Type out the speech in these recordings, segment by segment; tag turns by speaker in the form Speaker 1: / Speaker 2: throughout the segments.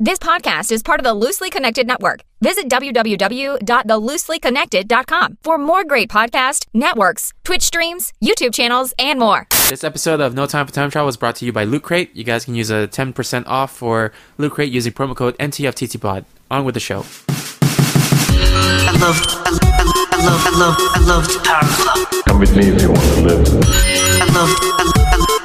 Speaker 1: This podcast is part of the Loosely Connected Network. Visit www.thelooselyconnected.com for more great podcasts, networks, Twitch streams, YouTube channels, and more.
Speaker 2: This episode of No Time for Time Travel was brought to you by Loot Crate. You guys can use a 10% off for Loot Crate using promo code NTFTTPod. On with the show.
Speaker 3: I love, I love, I love, I love, I love the power glove.
Speaker 4: Come with me if you want to live.
Speaker 3: I love, I love,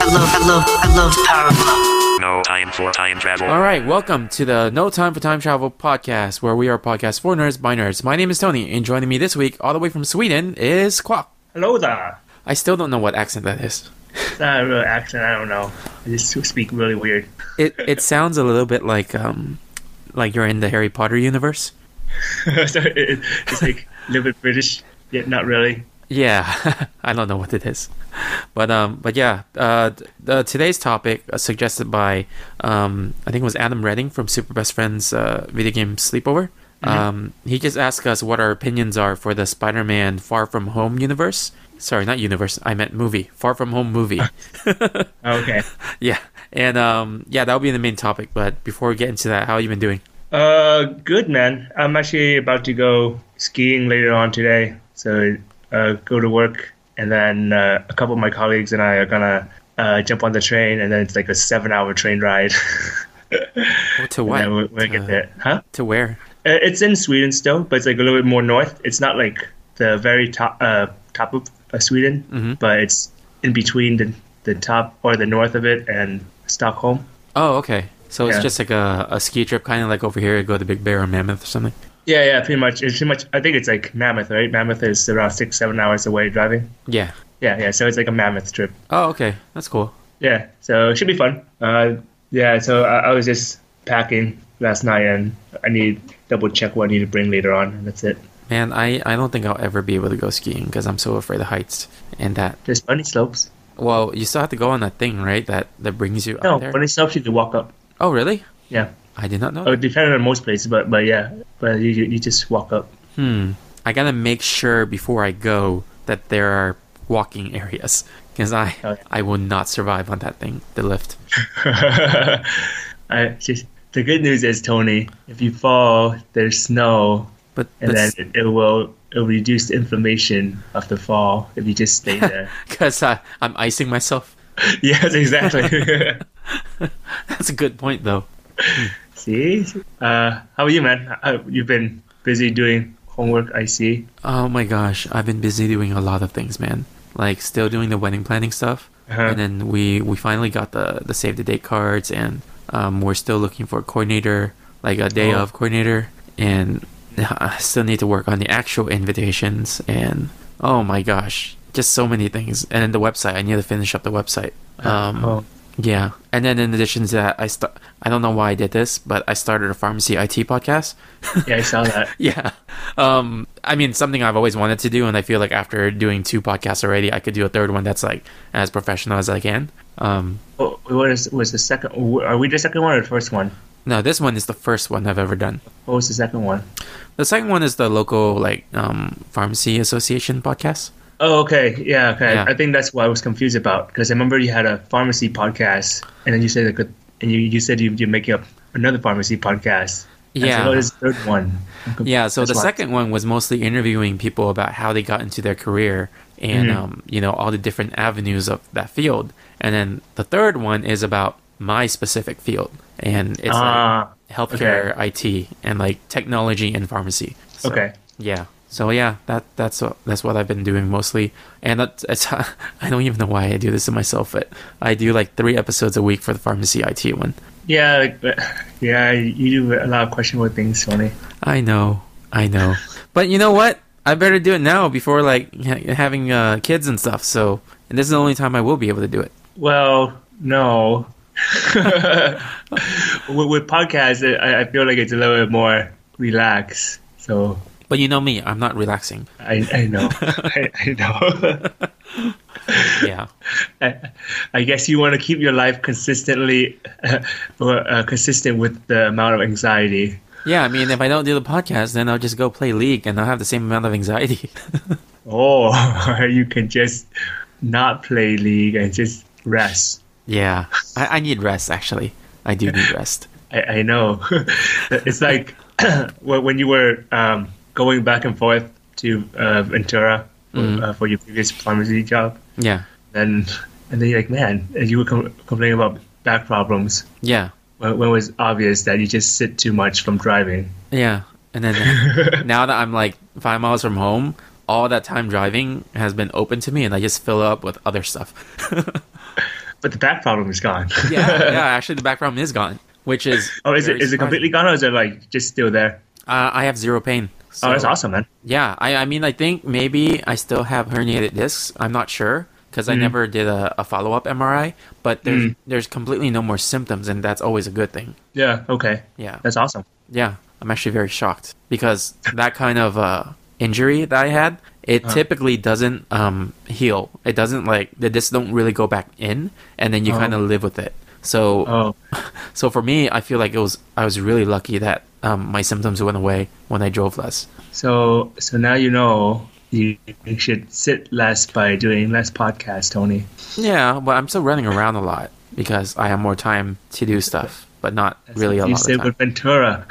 Speaker 3: I love, I love, I love the power glove.
Speaker 5: No time for time travel.
Speaker 2: All right, welcome to the No Time for Time Travel podcast, where we are a podcast for nerds by nerds. My name is Tony, and joining me this week, all the way from Sweden, is Quap.
Speaker 6: Hello there.
Speaker 2: I still don't know what accent that is.
Speaker 6: It's not a real accent. I don't know. I just speak really weird.
Speaker 2: It it sounds a little bit like um like you're in the Harry Potter universe.
Speaker 6: so it, it- it's like a little bit British, yet not really.
Speaker 2: Yeah, I don't know what it is, but um, but yeah, uh, th- uh, today's topic uh, suggested by um, I think it was Adam Redding from Super Best Friends uh, video game sleepover.
Speaker 6: Mm-hmm.
Speaker 2: Um, he just asked us what our opinions are for the Spider-Man Far From Home universe. Sorry, not universe. I meant movie. Far From Home movie.
Speaker 6: Okay.
Speaker 2: yeah, and um, yeah, that'll be the main topic. But before we get into that, how you been doing?
Speaker 6: Uh, good man. I'm actually about to go skiing later on today. So uh, go to work, and then uh, a couple of my colleagues and I are gonna uh, jump on the train, and then it's like a seven-hour train ride.
Speaker 2: To
Speaker 6: And then
Speaker 2: what?
Speaker 6: we we
Speaker 2: Uh,
Speaker 6: get there, huh?
Speaker 2: To where?
Speaker 6: Uh, It's in Sweden still, but it's like a little bit more north. It's not like the very top uh, top of uh, Sweden, but it's in between the the top or the north of it and Stockholm.
Speaker 2: Oh, okay. So it's
Speaker 6: Yeah.
Speaker 2: just like a, a ski trip, kind of like over here, go to Big Bear or Mammoth or something.
Speaker 6: Yeah, yeah, pretty much. It's pretty much. I think it's like Mammoth, right? Mammoth is around six, seven hours away driving.
Speaker 2: Yeah.
Speaker 6: Yeah, yeah. So it's like a Mammoth trip.
Speaker 2: Oh, okay. That's cool.
Speaker 6: Yeah, so it should be fun. Uh, yeah, so I, I was just packing last night, and I need to double check what I need to bring later on, and that's it.
Speaker 2: Man, I, I don't think I'll ever be able to go skiing because I'm so afraid of heights and that.
Speaker 6: There's bunny slopes.
Speaker 2: Well, you still have to go on that thing, right? That that brings you
Speaker 6: No,
Speaker 2: up there.
Speaker 6: bunny slopes you can walk up.
Speaker 2: Oh, really?
Speaker 6: Yeah.
Speaker 2: I did not know.
Speaker 6: Oh,
Speaker 2: that.
Speaker 6: depending on most places, but but yeah, but you you you just walk up.
Speaker 2: I gotta make sure before I go that there are walking areas because I
Speaker 6: Oh, yeah.
Speaker 2: I will not survive on that thing, the lift.
Speaker 6: I just the good news is Tony, if you fall, there's snow,
Speaker 2: But
Speaker 6: and then it, it will it will reduce the inflammation of the fall if you just stay there.
Speaker 2: because I'm icing myself.
Speaker 6: yes, exactly.
Speaker 2: That's a good point, though.
Speaker 6: see, uh, how are you, man? Uh, You've been busy doing homework, I see.
Speaker 2: Oh my gosh, I've been busy doing a lot of things, man. Like still doing the wedding planning stuff,
Speaker 6: Uh-huh.
Speaker 2: and then we we finally got the the save the date cards, and um, we're still looking for a coordinator, like a day
Speaker 6: Oh.
Speaker 2: of coordinator, and I still need to work on the actual invitations, and oh my gosh, just so many things, and then the website. I need to finish up the website. Um,
Speaker 6: Oh.
Speaker 2: yeah, and then in addition to that, I st- I don't know why I did this, but I started a pharmacy IT podcast.
Speaker 6: Yeah, I saw that.
Speaker 2: Yeah. Um, I mean, something I've always wanted to do, and I feel like after doing two podcasts already, I could do a third one that's like as professional as I can. Um,
Speaker 6: Oh, what is was the second? Are we the second one or the first one?
Speaker 2: no, this one is the first one I've ever done.
Speaker 6: What was the second one?
Speaker 2: The second one is the local like um, pharmacy association podcast.
Speaker 6: Oh, okay. Yeah, okay.
Speaker 2: Yeah.
Speaker 6: I think that's what I was confused about because I remember you had a pharmacy podcast, and then you said like, a- and you, you said you, you're making up another pharmacy podcast. And I said,
Speaker 2: Yeah.
Speaker 6: oh, this is the third one. I'm conf-
Speaker 2: Yeah, so
Speaker 6: that's
Speaker 2: the
Speaker 6: why.
Speaker 2: second one was mostly interviewing people about how they got into their career and
Speaker 6: Mm-hmm.
Speaker 2: um, you know all the different avenues of that field. And then the third one is about my specific field, and it's
Speaker 6: Ah,
Speaker 2: like healthcare, IT, and like technology and pharmacy. So,
Speaker 6: Okay.
Speaker 2: Yeah. So yeah, that that's what that's what I've been doing mostly, and that's, it's I don't even know why I do this to myself, but I do like three episodes a week for the pharmacy IT one.
Speaker 6: Yeah, like, but- yeah. You do a lot of questionable things, Tony.
Speaker 2: I know, I know. but you know what? I better do it now before like ha- having uh, kids and stuff. So, and this is the only time I will be able to do it.
Speaker 6: Well, no. with, with podcasts, I, I feel like it's a little bit more relaxed. So
Speaker 2: But you know me, I'm not relaxing.
Speaker 6: I, I know, I, I know.
Speaker 2: Yeah,
Speaker 6: I, I guess you want to keep your life consistently or uh, consistent with the amount of anxiety.
Speaker 2: yeah. I mean, if I don't do the podcast, then I'll just go play League, and I'll have the same amount of anxiety.
Speaker 6: Oh, or you can just not play league and just rest.
Speaker 2: yeah, I, I need rest. Actually, I do need rest.
Speaker 6: I, I know. it's like when when you were um, going back and forth to uh, Ventura uh, for your previous pharmacy job,
Speaker 2: Yeah.
Speaker 6: and and then you're like, man, and you were com- complaining about back problems
Speaker 2: Yeah.
Speaker 6: when, when it was obvious that you just sit too much from driving.
Speaker 2: Yeah. And then now that I'm like five miles from home, all that time driving has been open to me, and I just fill up with other stuff.
Speaker 6: But the back problem is gone.
Speaker 2: yeah, yeah. Actually, the back problem is gone, which is
Speaker 6: oh, is
Speaker 2: very
Speaker 6: it is it
Speaker 2: surprising.
Speaker 6: completely gone, or is it like just still there?
Speaker 2: Uh, I have zero pain.
Speaker 6: Oh, that's
Speaker 2: so-
Speaker 6: awesome, man.
Speaker 2: Yeah, I, I mean, I think maybe I still have herniated discs. I'm not sure because
Speaker 6: Mm.
Speaker 2: I never did a, a follow up MRI. But there's there's completely no more symptoms, and that's always a good thing.
Speaker 6: Yeah. Okay.
Speaker 2: Yeah,
Speaker 6: That's awesome.
Speaker 2: yeah. I'm actually very shocked because that kind of uh, injury that I had, it
Speaker 6: Uh-huh.
Speaker 2: typically doesn't um, heal. It doesn't like the discs don't really go back in, and then you kind of live with it. So
Speaker 6: Oh,
Speaker 2: so for me, I feel like it was I was really lucky that um, my symptoms went away when I drove less.
Speaker 6: so so now you know you you should sit less by doing less podcasts, Tony.
Speaker 2: Yeah, but I'm still running around a lot because I have more time to do stuff, but not really a
Speaker 6: you
Speaker 2: lot of
Speaker 6: sit
Speaker 2: time.
Speaker 6: with Ventura.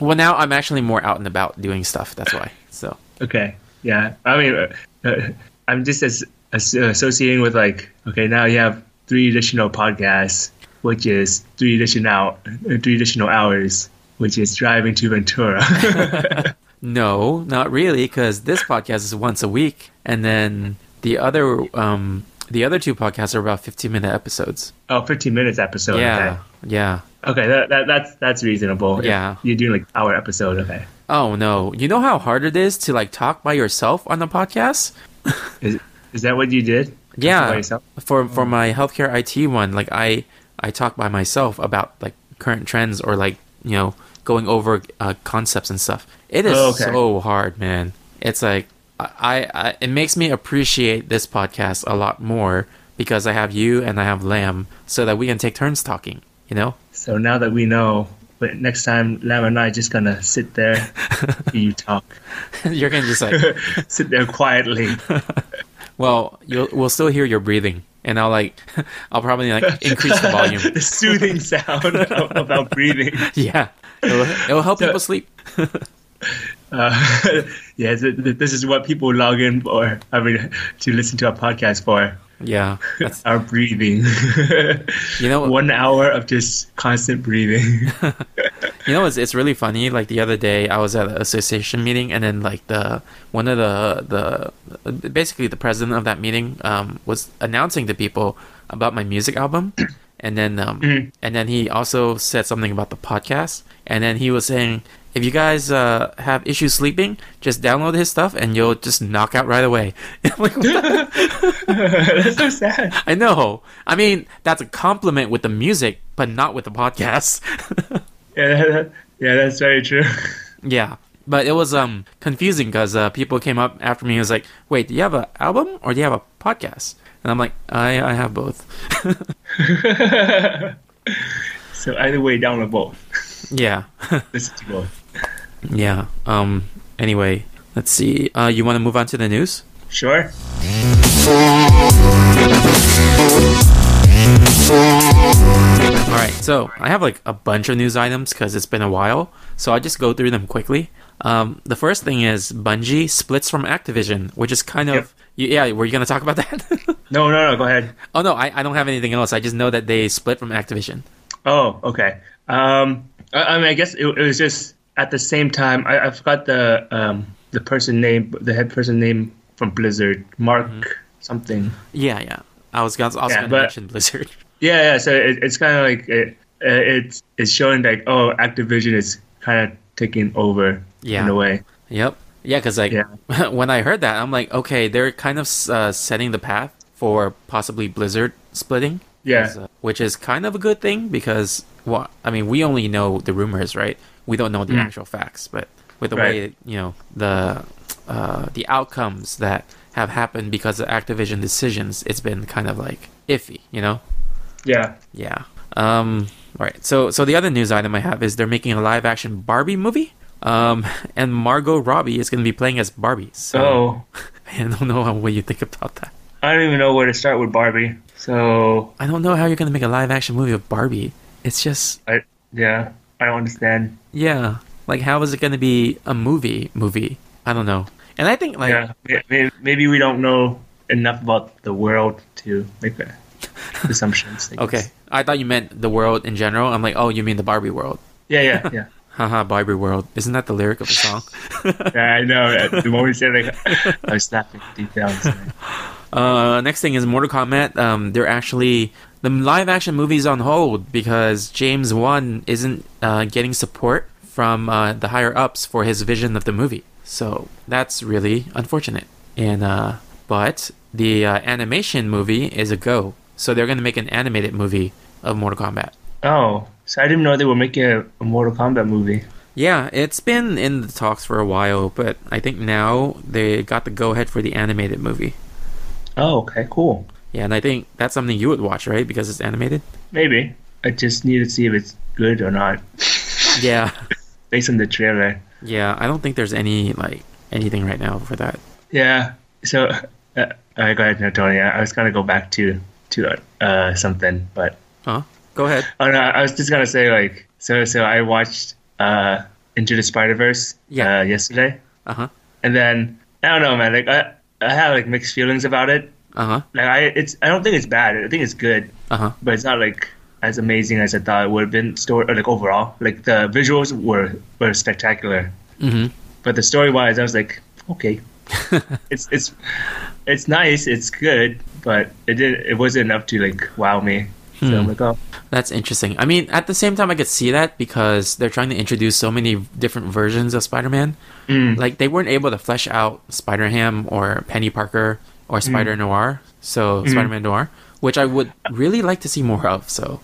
Speaker 2: Well, now I'm actually more out and about doing stuff. That's why. So
Speaker 6: Okay. Yeah. I mean, uh, uh, I'm just as, as uh, associating with like, okay, now you have three additional podcasts, which is three additional uh, three additional hours, which is driving to Ventura.
Speaker 2: no, not really, because this podcast is once a week, and then the other um the other two podcasts are about 15 minute episodes.
Speaker 6: oh, 15 minutes episode.
Speaker 2: Yeah, yeah.
Speaker 6: Okay. okay that, that that's that's reasonable. If
Speaker 2: Yeah.
Speaker 6: You're doing like hour episode. Okay.
Speaker 2: Oh no, you know how hard it is to like talk by yourself on a podcast.
Speaker 6: Is is that what you did?
Speaker 2: yeah
Speaker 6: By yourself?
Speaker 2: for
Speaker 6: Mm.
Speaker 2: for my healthcare IT one like I I talk by myself about like current trends or like you know going over uh, concepts and stuff it is
Speaker 6: Oh, okay.
Speaker 2: so hard man it's like I, I it makes me appreciate this podcast a lot more because I have you and I have Lamb so that we can take turns talking you know
Speaker 6: So now that we know, but next time Lam and I just gonna sit there, you talk,
Speaker 2: you're gonna just like
Speaker 6: sit there quietly.
Speaker 2: well you'll we'll still hear your breathing and I'll like I'll probably like increase the volume
Speaker 6: the soothing sound of, of our breathing.
Speaker 2: yeah it'll, it'll help people sleep
Speaker 6: Uh, yeah, th- th- this is what people log in for. I mean, to listen to our podcast for
Speaker 2: yeah that's
Speaker 6: our breathing.
Speaker 2: you know
Speaker 6: One hour of just constant breathing.
Speaker 2: You know, it's it's really funny. Like the other day, I was at an association meeting, and then like the one of the the basically the president of that meeting um, was announcing to people about my music album, and then um, and then he also said something about the podcast, and then he was saying. If you guys uh, have issues sleeping, just download his stuff and you'll just knock out right away. I'm like, what the-
Speaker 6: That's so sad.
Speaker 2: I know. I mean, that's a compliment with the music, but not with the podcast.
Speaker 6: Yeah, that- yeah, that's very true.
Speaker 2: Yeah, but it was um confusing because uh, people came up after me and was like, "Wait, do you have an album or do you have a podcast?" And I'm like, "I I have both."
Speaker 6: So either way, download both.
Speaker 2: yeah,
Speaker 6: Listen to both.
Speaker 2: yeah. Um. Anyway, let's see. Uh, you want to move on to the news?
Speaker 6: Sure.
Speaker 2: All right. So I have like a bunch of news items because it's been a while. So I just go through them quickly. Um, the first thing is Bungie splits from Activision, which is kind of y- yeah. Were you gonna talk about that?
Speaker 6: No, no, no. Go ahead.
Speaker 2: oh no, I, I don't have anything else. I just know that they split from Activision.
Speaker 6: Oh, okay. Um, I, I mean, I guess it, it was just at the same time. I, I forgot the um, the person name, the head person name from Blizzard, Mark
Speaker 2: Mm-hmm.
Speaker 6: something.
Speaker 2: Yeah, yeah. I was gonna, also
Speaker 6: Yeah,
Speaker 2: going to
Speaker 6: but-
Speaker 2: mention Blizzard.
Speaker 6: Yeah, yeah. So it, it's kind of like it, uh, it's it's showing like oh, Activision is kind of taking over
Speaker 2: Yeah.
Speaker 6: in a way.
Speaker 2: Yep. Yeah, because like
Speaker 6: Yeah.
Speaker 2: when I heard that, I'm like, okay, they're kind of uh, setting the path for possibly Blizzard splitting.
Speaker 6: Yeah.
Speaker 2: 'Cause, uh, which is kind of a good thing because well, I mean, we only know the rumors, right? We don't know the actual facts, but with the
Speaker 6: Hmm. Right.
Speaker 2: way you know the uh, the outcomes that have happened because of Activision decisions, it's been kind of like iffy, you know.
Speaker 6: Yeah.
Speaker 2: Yeah. Um. All right. So so the other news item I have is they're making a live action Barbie movie. Um. And Margot Robbie is going to be playing as Barbie. So
Speaker 6: So
Speaker 2: I don't know what you think about that.
Speaker 6: I don't even know where to start with Barbie. So
Speaker 2: I don't know how you're going to make a live action movie of Barbie. It's just
Speaker 6: I, yeah, I don't understand.
Speaker 2: yeah. Like how is it going to be a movie movie? I don't know. And I think like
Speaker 6: Yeah, maybe, maybe we don't know enough about the world to make a assumptions. I guess.
Speaker 2: okay, I thought you meant the world in general. I'm like, oh, you mean the Barbie world?
Speaker 6: Yeah, yeah, yeah.
Speaker 2: Haha, Barbie world. Isn't that the lyric of the song?
Speaker 6: yeah I know. The moment you said like, I was laughing deep down. inside.
Speaker 2: Uh, next thing is Mortal Kombat. Um, they're actually the live action movie's on hold because James Wan isn't uh, getting support from uh, the higher ups for his vision of the movie. So that's really unfortunate. And uh, but the uh, animation movie is a go. So they're going to make an animated movie of Mortal Kombat.
Speaker 6: Oh, so I didn't know they were making a, a Mortal Kombat movie.
Speaker 2: Yeah, it's been in the talks for a while, but I think now they got the go ahead for the animated movie.
Speaker 6: Oh, okay, cool.
Speaker 2: Yeah, and I think that's something you would watch, right? Because it's animated.
Speaker 6: Maybe I just need to see if it's good or not
Speaker 2: Yeah.
Speaker 6: based on the trailer.
Speaker 2: Yeah, I don't think there's any like anything right now for that.
Speaker 6: Yeah. So uh, I got no, Tony. I I was gonna go back to to uh, something, but
Speaker 2: Huh? Uh-huh. Go ahead.
Speaker 6: oh no, I was just gonna say like so. So I watched uh, Into the Spider Verse
Speaker 2: Yeah.
Speaker 6: uh, yesterday,
Speaker 2: Uh huh.
Speaker 6: and then I don't know, man. Like I, I had like mixed feelings about it.
Speaker 2: Uh huh.
Speaker 6: Like I, it's I don't think it's bad. I think it's good,
Speaker 2: Uh huh.
Speaker 6: but it's not like as amazing as I thought it would have been. Story like overall, like the visuals were were spectacular,
Speaker 2: Mhm.
Speaker 6: but the story wise, I was like, okay, it's it's it's nice, it's good, but it didn't it wasn't enough to like wow me. So I'm like, oh,
Speaker 2: That's interesting. I mean, at the same time, I could see that because they're trying to introduce so many different versions of Spider-Man. Like they weren't able to flesh out Spider-Ham or Penny Parker or Spider Noir, so Spider-Man Noir, which I would really like to see more of. So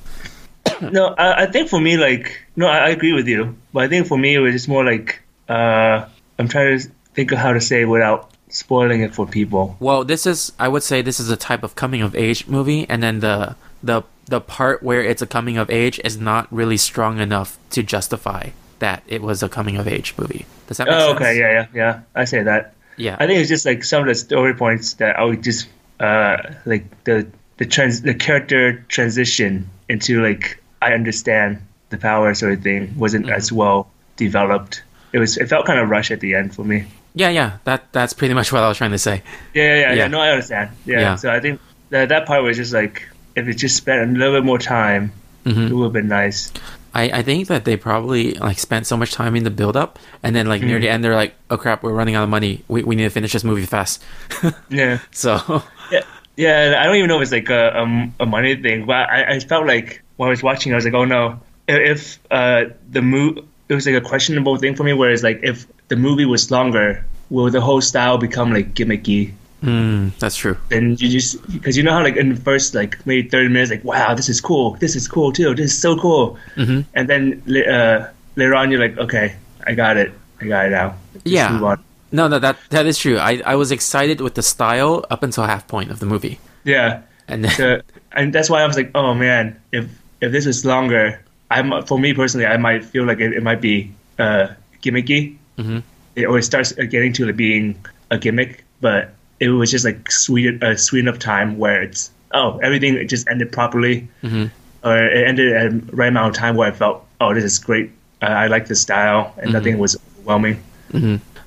Speaker 6: no, I, I think for me, like, no, I, I agree with you, but I think for me, it was just more like, uh, I'm trying to think of how to say it without spoiling it for people.
Speaker 2: Well, this is I would say this is a type of coming of age movie, and then the the the part where it's a coming of age is not really strong enough to justify that it was a coming of age movie. Does that make
Speaker 6: Oh,
Speaker 2: sense?
Speaker 6: okay, yeah, yeah, yeah. I say that.
Speaker 2: yeah,
Speaker 6: I think it's just like some of the story points that I would just uh, like the the trans the character transition into like I understand the power sort of thing wasn't as well developed. It was it felt kind of rushed at the end for me.
Speaker 2: yeah, yeah. That that's pretty much what I was trying to say.
Speaker 6: Yeah, yeah, yeah.
Speaker 2: Yeah.
Speaker 6: yeah. No, I understand. Yeah.
Speaker 2: Yeah.
Speaker 6: So I think that that part was just like if it just spent a little bit more time, it would have been nice.
Speaker 2: I, I think that they probably like spent so much time in the build up, and then like near
Speaker 6: Hmm.
Speaker 2: the end they're like, oh crap, we're running out of money. We we need to finish this movie fast.
Speaker 6: Yeah.
Speaker 2: so
Speaker 6: Yeah, yeah. and I don't even know if it's like a, um, a money thing, but I, I felt like when I was watching, I was like, oh no, if if, uh, the movie, it was like a questionable thing for me. Whereas like if the movie was longer, will the whole style become like gimmicky?
Speaker 2: mm, that's true.
Speaker 6: Then you just because you know how like in the first like maybe thirty minutes, like wow, this is cool, this is cool too, this is so cool, mm-hmm. and then la- uh, later on you're like, okay, I got it, I got it now. Just
Speaker 2: Yeah.
Speaker 6: move on.
Speaker 2: No, no, that that is true. I, I was excited with the style up until half point of the movie,
Speaker 6: yeah.
Speaker 2: and then
Speaker 6: So, and that's why I was like, oh man, if if this is longer, I'm for me personally, I might feel like it, it might be uh, gimmicky. Mm-hmm. It always starts uh, getting to being a gimmick, but it was just like sweet a sweet enough time where it's oh everything just ended properly,
Speaker 2: Mm-hmm.
Speaker 6: or it ended at a right amount of time where I felt oh this is great, uh, I like this style,
Speaker 2: Mm-hmm.
Speaker 6: and nothing was overwhelming.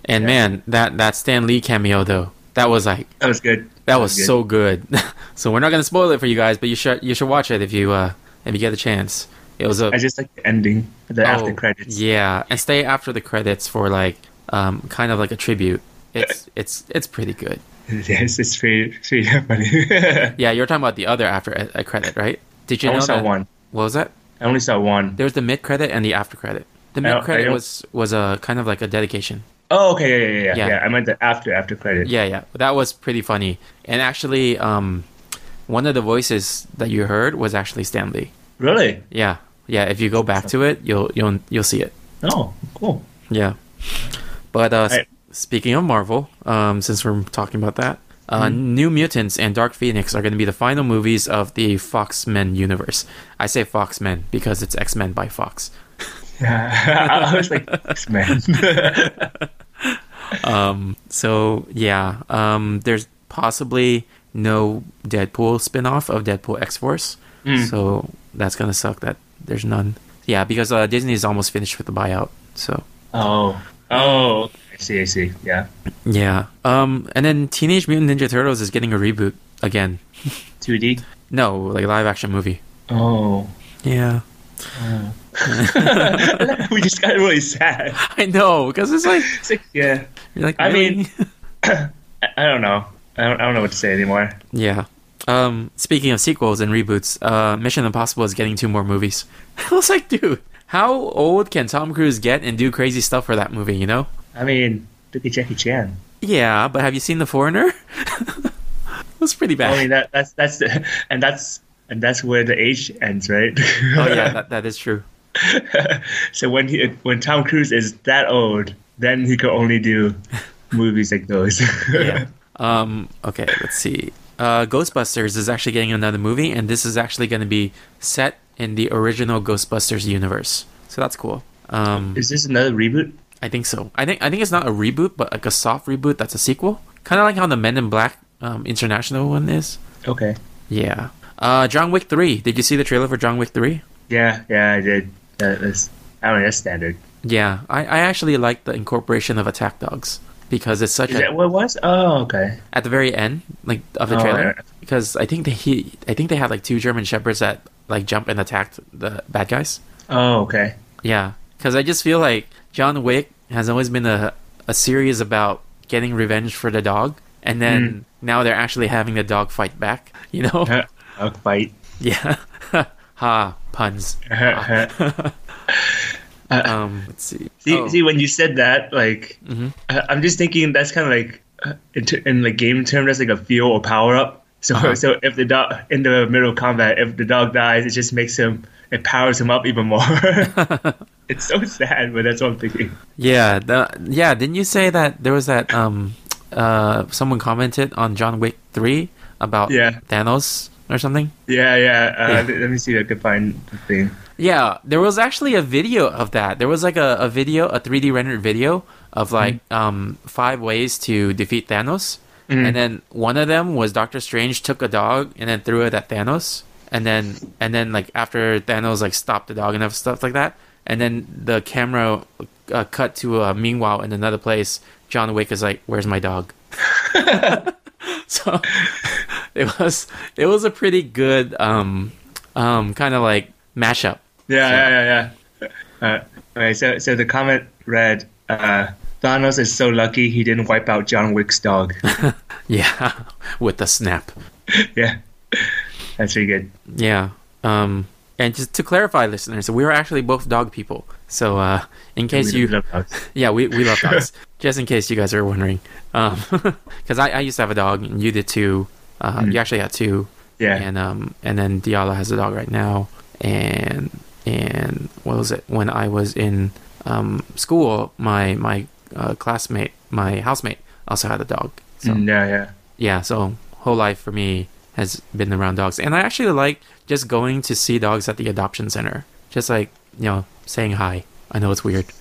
Speaker 2: And man, that that Stan Lee cameo though, that was like
Speaker 6: That was good.
Speaker 2: that was so good. so we're not gonna spoil it for you guys, but you should you should watch it if you uh if you get the chance. It was a
Speaker 6: I just like the ending, the after
Speaker 2: oh,
Speaker 6: credits.
Speaker 2: Yeah, and stay after the credits for like um kind of like a tribute. It's it's it's pretty good.
Speaker 6: yes, it's pretty pretty funny.
Speaker 2: Yeah, you're talking about the other after a, a credit, right? Did you
Speaker 6: I
Speaker 2: know
Speaker 6: only saw
Speaker 2: that?
Speaker 6: one.
Speaker 2: What was that?
Speaker 6: I only saw one.
Speaker 2: There was the mid credit and the after credit. The
Speaker 6: don't- I
Speaker 2: mid credit
Speaker 6: don't-
Speaker 2: was was a kind of like a dedication.
Speaker 6: Oh, okay, yeah, yeah, yeah,
Speaker 2: Yeah.
Speaker 6: yeah. I meant the after after credit.
Speaker 2: Yeah, yeah, that was pretty funny. And actually, um, one of the voices that you heard was actually Stanley.
Speaker 6: Really?
Speaker 2: Yeah, yeah. If you go back to it, you'll you'll you'll see it.
Speaker 6: Oh, cool.
Speaker 2: Yeah. But uh, s-
Speaker 6: Right.
Speaker 2: speaking of Marvel, um, since we're talking about that, uh, New Mutants and Dark Phoenix are going to be the final movies of the Fox Men universe. I say Fox Men because it's X Men by Fox.
Speaker 6: I, I was like, this man.
Speaker 2: So yeah, um, there's possibly
Speaker 6: Hmm.
Speaker 2: no Deadpool spin-off of Deadpool X Force. So that's gonna suck that there's none. Yeah, because uh, Disney is almost finished with the buyout. So
Speaker 6: Oh. Oh. I see. I see. Yeah.
Speaker 2: yeah. Um, and then Teenage Mutant Ninja Turtles is getting a reboot again.
Speaker 6: 2D.
Speaker 2: No, like live action movie.
Speaker 6: Oh.
Speaker 2: Yeah.
Speaker 6: we just got really sad.
Speaker 2: I know, because it's like,
Speaker 6: It's like, yeah.
Speaker 2: you're like
Speaker 6: I
Speaker 2: really?
Speaker 6: mean- I, I don't know. I don't, I don't know what to say anymore.
Speaker 2: yeah. Um, speaking of sequels and reboots, uh, Mission Impossible is getting two more movies. I was like, dude, how old can Tom Cruise get and do crazy stuff for that movie? You know?
Speaker 6: I mean, look at Jackie Chan.
Speaker 2: Yeah, but have you seen The Foreigner? it was pretty bad.
Speaker 6: I mean, that that's that's the, and that's and that's where the age ends, right?
Speaker 2: oh yeah, that, that is true.
Speaker 6: so when he when Tom Cruise is that old, then he could only do movies like those.
Speaker 2: Yeah. um. Okay. Let's see. Uh, Ghostbusters is actually getting another movie, and this is actually going to be set in the original Ghostbusters universe. So that's cool. Um,
Speaker 6: Is this another reboot?
Speaker 2: I think so. I think I think it's not a reboot, but like a soft reboot that's a sequel, kind of like how the Men in Black um, International one is.
Speaker 6: Okay.
Speaker 2: Yeah. Uh, John Wick Three. Did you see the trailer for John Wick Three?
Speaker 6: Yeah, yeah, I did. That, that's I mean that's standard.
Speaker 2: Yeah, I, I actually like the incorporation of attack dogs because it's such
Speaker 6: Is
Speaker 2: a
Speaker 6: that what it was? Oh, okay.
Speaker 2: at the very end, like of the
Speaker 6: Oh,
Speaker 2: trailer,
Speaker 6: yeah.
Speaker 2: because I think they he, I think they had like two German shepherds that like jumped and attacked the bad guys.
Speaker 6: Oh, okay.
Speaker 2: Yeah, because I just feel like John Wick has always been a a series about getting revenge for the dog, and then
Speaker 6: Hmm.
Speaker 2: now they're actually having the dog fight back. You know?
Speaker 6: Huh. I'll fight.
Speaker 2: yeah. ha puns. Um, let's see.
Speaker 6: see,
Speaker 2: Oh, Mm-hmm.
Speaker 6: see, when you said that, like, I, I'm just thinking that's kind of like uh, in, t- in like game term, that's like a fuel or power up. So,
Speaker 2: Uh-huh.
Speaker 6: so if the dog in the middle of combat, if the dog dies, it just makes him, it powers him up even more. it's so sad, but that's what I'm thinking.
Speaker 2: yeah, the, yeah. Didn't you say that there was that um uh someone commented on John Wick three about
Speaker 6: Yeah.
Speaker 2: Thanos or something?
Speaker 6: Yeah, yeah. Uh,
Speaker 2: Yeah.
Speaker 6: Let, let me see if I can find the thing.
Speaker 2: Yeah, there was actually a video of that. There was like a, a video, a 3D rendered video of like um, five ways to defeat Thanos. And then one of them was Doctor Strange took a dog and then threw it at Thanos. And then and then like after Thanos like stopped the dog and stuff like that. And then the camera uh, cut to uh, meanwhile in another place. John Wick is like, "Where's my dog?" so it was it was a pretty good um um kind of like mashup.
Speaker 6: Yeah, yeah, yeah, yeah. Uh, all right, so so the comment read, uh, "Thanos is so lucky he didn't wipe out John Wick's dog."
Speaker 2: Yeah, with the snap.
Speaker 6: yeah, that's pretty good.
Speaker 2: Yeah. Um and just to clarify listeners, we are actually both dog people. So uh in case
Speaker 6: We
Speaker 2: you
Speaker 6: love dogs.
Speaker 2: Yeah, we we love dogs. just in case you guys are wondering. Um cuz I I used to have a dog and you did too. Uh you actually had two.
Speaker 6: Mm-hmm. Yeah.
Speaker 2: And um and then Diala has a dog right now and and what was it when I was in um school, my my uh, classmate, my housemate also had a dog. So
Speaker 6: Mm, yeah, yeah.
Speaker 2: yeah, so whole life for me has been around dogs, and I actually like just going to see dogs at the adoption center, just like you know, saying hi. I know it's weird.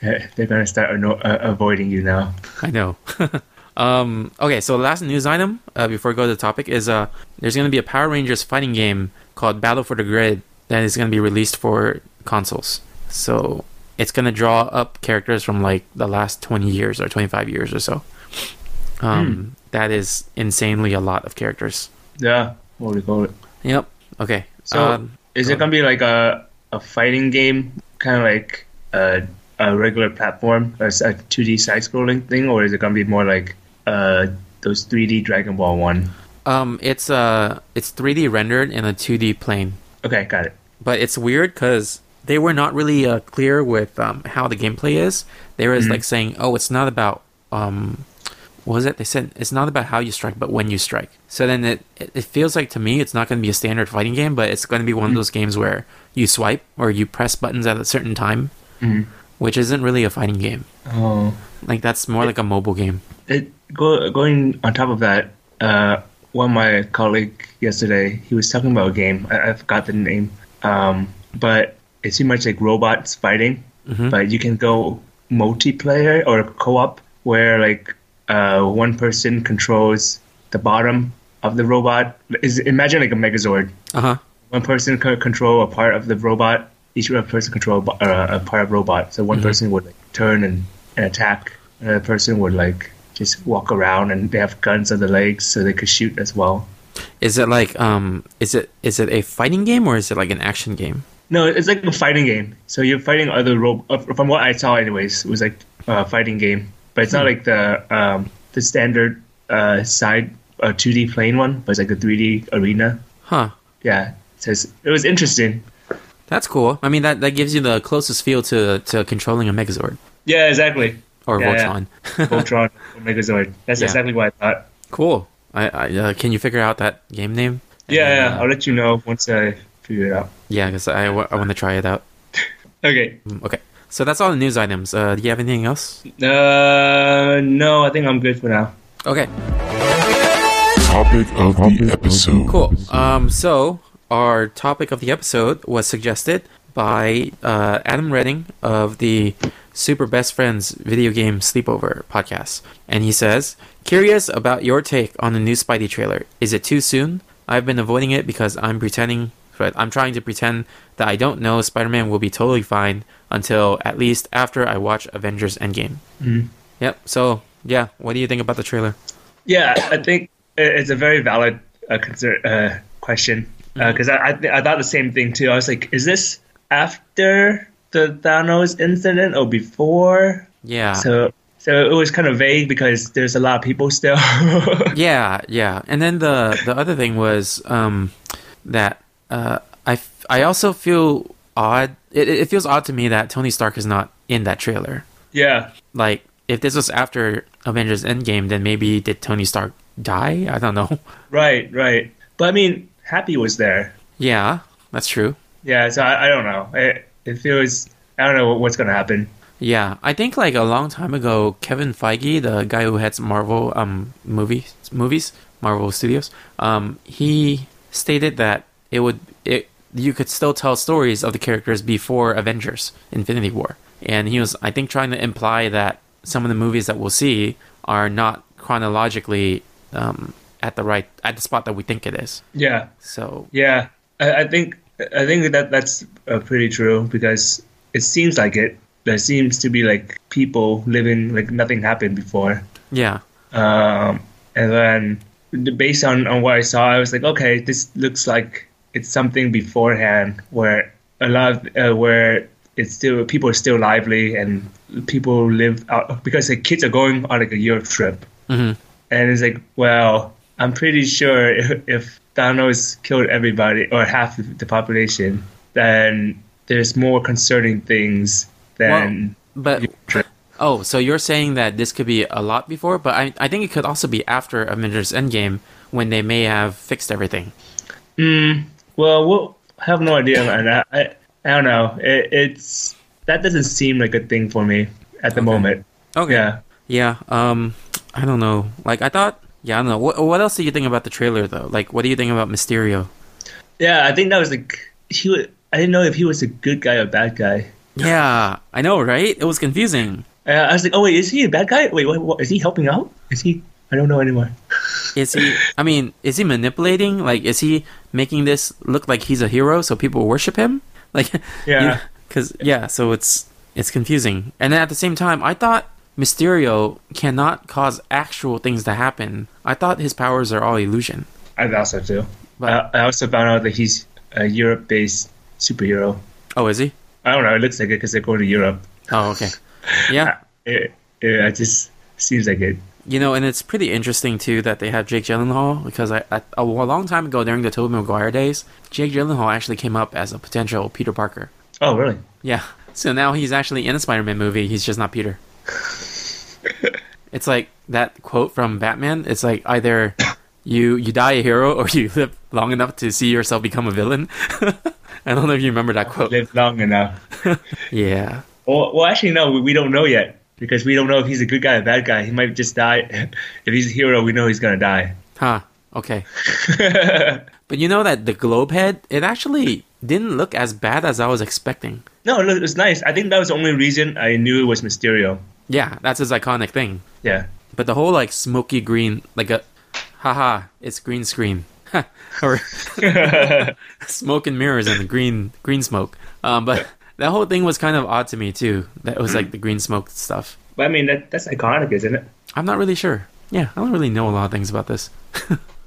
Speaker 6: Eh, They're gonna start anno- uh, avoiding you now.
Speaker 2: I know. um, okay, so the last news item uh, before we go to the topic is uh, there's going to be a Power Rangers fighting game called Battle for the Grid that is going to be released for consoles. So it's going to draw up characters from like the last 20 years or 25 years or so. Um, That is insanely a lot of characters.
Speaker 6: Yeah, what do you call it?
Speaker 2: Yep. Okay.
Speaker 6: So,
Speaker 2: um,
Speaker 6: is
Speaker 2: go
Speaker 6: it gonna be like a a fighting game, kind of like a a regular platform, a two D side scrolling thing, or is it gonna be more like uh those three D Dragon Ball one?
Speaker 2: um, it's uh, it's 3D rendered in a 2D plane,
Speaker 6: Okay, got it.
Speaker 2: but it's weird because they were not really uh, clear with um, how the gameplay is. They were like saying, "Oh, it's not about um, what was it?" They said it's not about how you strike, but when you strike. So then it it it feels like to me it's not going to be a standard fighting game, but it's going to be one of those games where you swipe or you press buttons at a certain time, which isn't really a fighting game.
Speaker 6: Oh.
Speaker 2: Like that's more like a mobile game.
Speaker 6: it, go, going on top of that, uh, one of my colleague yesterday, he was talking about a game. I, I forgot the name, um, but it's pretty much like robots fighting. But you can go multiplayer or co-op, where like uh, one person controls the bottom of the robot. Is imagine like a Megazord,
Speaker 2: Uh huh.
Speaker 6: one person could control a part of the robot. Each other person control a bo- uh, a part of robot. So one person would like, turn and, and attack. Another person would like just walk around, and they have guns on the legs, so they could shoot as well.
Speaker 2: Is it like um is it is it a fighting game or is it like an action game?
Speaker 6: No, it's like a fighting game. So you're fighting other ro- uh, From what I saw, anyways, it was like a fighting game, but it's not like the um, the standard uh, side uh, 2D plane one, but it's like a 3D arena.
Speaker 2: Huh.
Speaker 6: Yeah, so it's, it was interesting.
Speaker 2: That's cool. I mean that that gives you the closest feel to to controlling a Megazord
Speaker 6: Yeah, exactly.
Speaker 2: or
Speaker 6: Yeah, yeah.
Speaker 2: Voltron.
Speaker 6: Voltron, Megazord. That's
Speaker 2: Yeah.
Speaker 6: exactly what I thought.
Speaker 2: Cool. I, I uh, can you figure out that game name?
Speaker 6: Yeah,
Speaker 2: uh,
Speaker 6: yeah, I'll let you know once I figure it out.
Speaker 2: Yeah, because I, want to try it out.
Speaker 6: Okay.
Speaker 2: Mm, Okay. So that's all the news items. Uh, do you have anything else?
Speaker 6: Uh, no, I think I'm good for now.
Speaker 2: Okay.
Speaker 4: Topic of the episode.
Speaker 2: Cool. Um, so our topic of the episode was suggested by uh, Adam Redding of the Super Best Friends Video Game Sleepover podcast, and he says, "Curious about your take on the new Spidey trailer. Is it too soon? I've been avoiding it because I'm pretending, but I'm trying to pretend that I don't know Spider-Man will be totally fine until at least after I watch Avengers Endgame." Yep. So yeah, what do you think about the trailer?
Speaker 6: Yeah, I think i- it's a very valid uh, concern, uh, question
Speaker 2: Mm-hmm.
Speaker 6: because I I, th- I thought the same thing too. I was like, is this after the Thanos incident or before?
Speaker 2: Yeah.
Speaker 6: So so it was kind of vague because there's a lot of people still.
Speaker 2: Yeah, yeah. And then the the other thing was um, that uh, I f- I also feel odd. It, it feels odd to me that Tony Stark is not in that trailer.
Speaker 6: yeah.
Speaker 2: Like, if this was after Avengers Endgame, then maybe did Tony Stark die? I don't know.
Speaker 6: Right. Right. But I mean, Happy was there.
Speaker 2: Yeah, that's true.
Speaker 6: Yeah. So I, I don't know. It, it feels I don't know what's gonna happen.
Speaker 2: Yeah, I think like a long time ago, Kevin Feige, the guy who heads Marvel um movies movies Marvel Studios, um he stated that it would it you could still tell stories of the characters before Avengers Infinity War, and he was I think trying to imply that some of the movies that we'll see are not chronologically um at the right at the spot that we think it is.
Speaker 6: Yeah.
Speaker 2: So
Speaker 6: Yeah, I, I think I think that that's uh, pretty true because it seems like it. There seems to be like people living like nothing happened before,
Speaker 2: yeah,
Speaker 6: um, and then the- based on, on what I saw, I was like, okay, this looks like it's something beforehand where a lot of, uh, where it's still people are still lively and people live out because the kids are going on like a Europe trip,
Speaker 2: Mhm.
Speaker 6: and it's like, well, I'm pretty sure if, if Thanos killed everybody or half of the population, then there's more concerning things than
Speaker 2: but
Speaker 6: trip.
Speaker 2: Oh, so you're saying that this could be a lot before, but I, I think it could also be after Avengers Endgame when they may have fixed everything.
Speaker 6: Well, we'll I have no idea, man. I, I, I don't know. It, it's that doesn't seem like a thing for me at the moment.
Speaker 2: Okay.
Speaker 6: Yeah.
Speaker 2: Yeah. Um, I don't know. Like I thought. Yeah, I don't know. What, what else do you think about the trailer though? Like, what do you think about Mysterio?
Speaker 6: Yeah, I think that was like he. Was, I didn't know if he was a good guy or bad guy.
Speaker 2: Yeah, I know, right? It was confusing.
Speaker 6: Uh, I was like, oh wait, is he a bad guy? Wait, what, what, is he helping out? Is he? I don't know anymore.
Speaker 2: Is he? I mean, is he manipulating? Like, is he making this look like he's a hero so people worship him? Like,
Speaker 6: Yeah.
Speaker 2: because yeah, so it's it's confusing. And then at the same time, I thought Mysterio cannot cause actual things to happen. I thought his powers are all illusion.
Speaker 6: I also too.
Speaker 2: But-
Speaker 6: I, I also found out that he's a Europe-based superhero.
Speaker 2: oh, is he?
Speaker 6: I don't know. It looks like it because they're going to Europe.
Speaker 2: Oh, okay. Yeah,
Speaker 6: It, it, it just seems like it.
Speaker 2: you know, and it's pretty interesting too that they have Jake Gyllenhaal because I, I a long time ago during the Tobey Maguire days, Jake Gyllenhaal actually came up as a potential Peter Parker.
Speaker 6: Oh really?
Speaker 2: Yeah. So now he's actually in a Spider-Man movie. He's just not Peter. it's like that quote from Batman. It's like either you you die a hero or you live long enough to see yourself become a villain. I don't know if you remember that quote.
Speaker 6: Lived long enough.
Speaker 2: Yeah.
Speaker 6: Well, well, actually, no, we, we don't know yet because we don't know if he's a good guy or bad guy. He might just die. if he's a hero, we know he's gonna die.
Speaker 2: Huh. Okay. but you know that the globe head, it actually didn't look as bad as I was expecting.
Speaker 6: No, look, it's nice. I think that was the only reason I knew it was Mysterio.
Speaker 2: Yeah, that's his iconic thing.
Speaker 6: Yeah,
Speaker 2: But the whole like smoky green, like a, haha, it's green screen. or smoke and mirrors and the green green smoke. Um, but that whole thing was kind of odd to me too. That was like the green smoke stuff.
Speaker 6: But I mean, that, that's iconic, isn't it?
Speaker 2: I'm not really sure. Yeah, I don't really know a lot of things about this.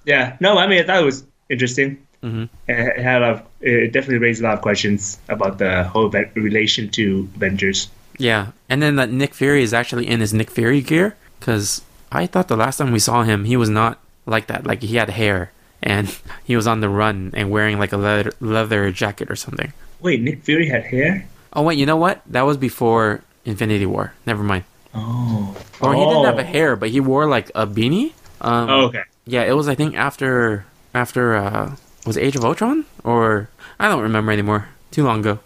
Speaker 6: Yeah. No, I mean, I thought it was interesting. Mm-hmm. It had a lot of, it definitely raised a lot of questions about the whole ve- relation to Avengers.
Speaker 2: yeah, and then that Nick Fury is actually in his Nick Fury gear because I thought the last time we saw him, he was not like that. Like he had hair and he was on the run and wearing like a leather, leather jacket or something.
Speaker 6: Wait, Nick Fury had hair?
Speaker 2: Oh wait, you know what? That was before Infinity War. Never mind.
Speaker 6: Oh.
Speaker 2: Or he didn't have a hair, but he wore like a beanie. Um,
Speaker 6: Oh, okay.
Speaker 2: Yeah, it was I think after after uh was it Age of Ultron or I don't remember anymore. Too long ago.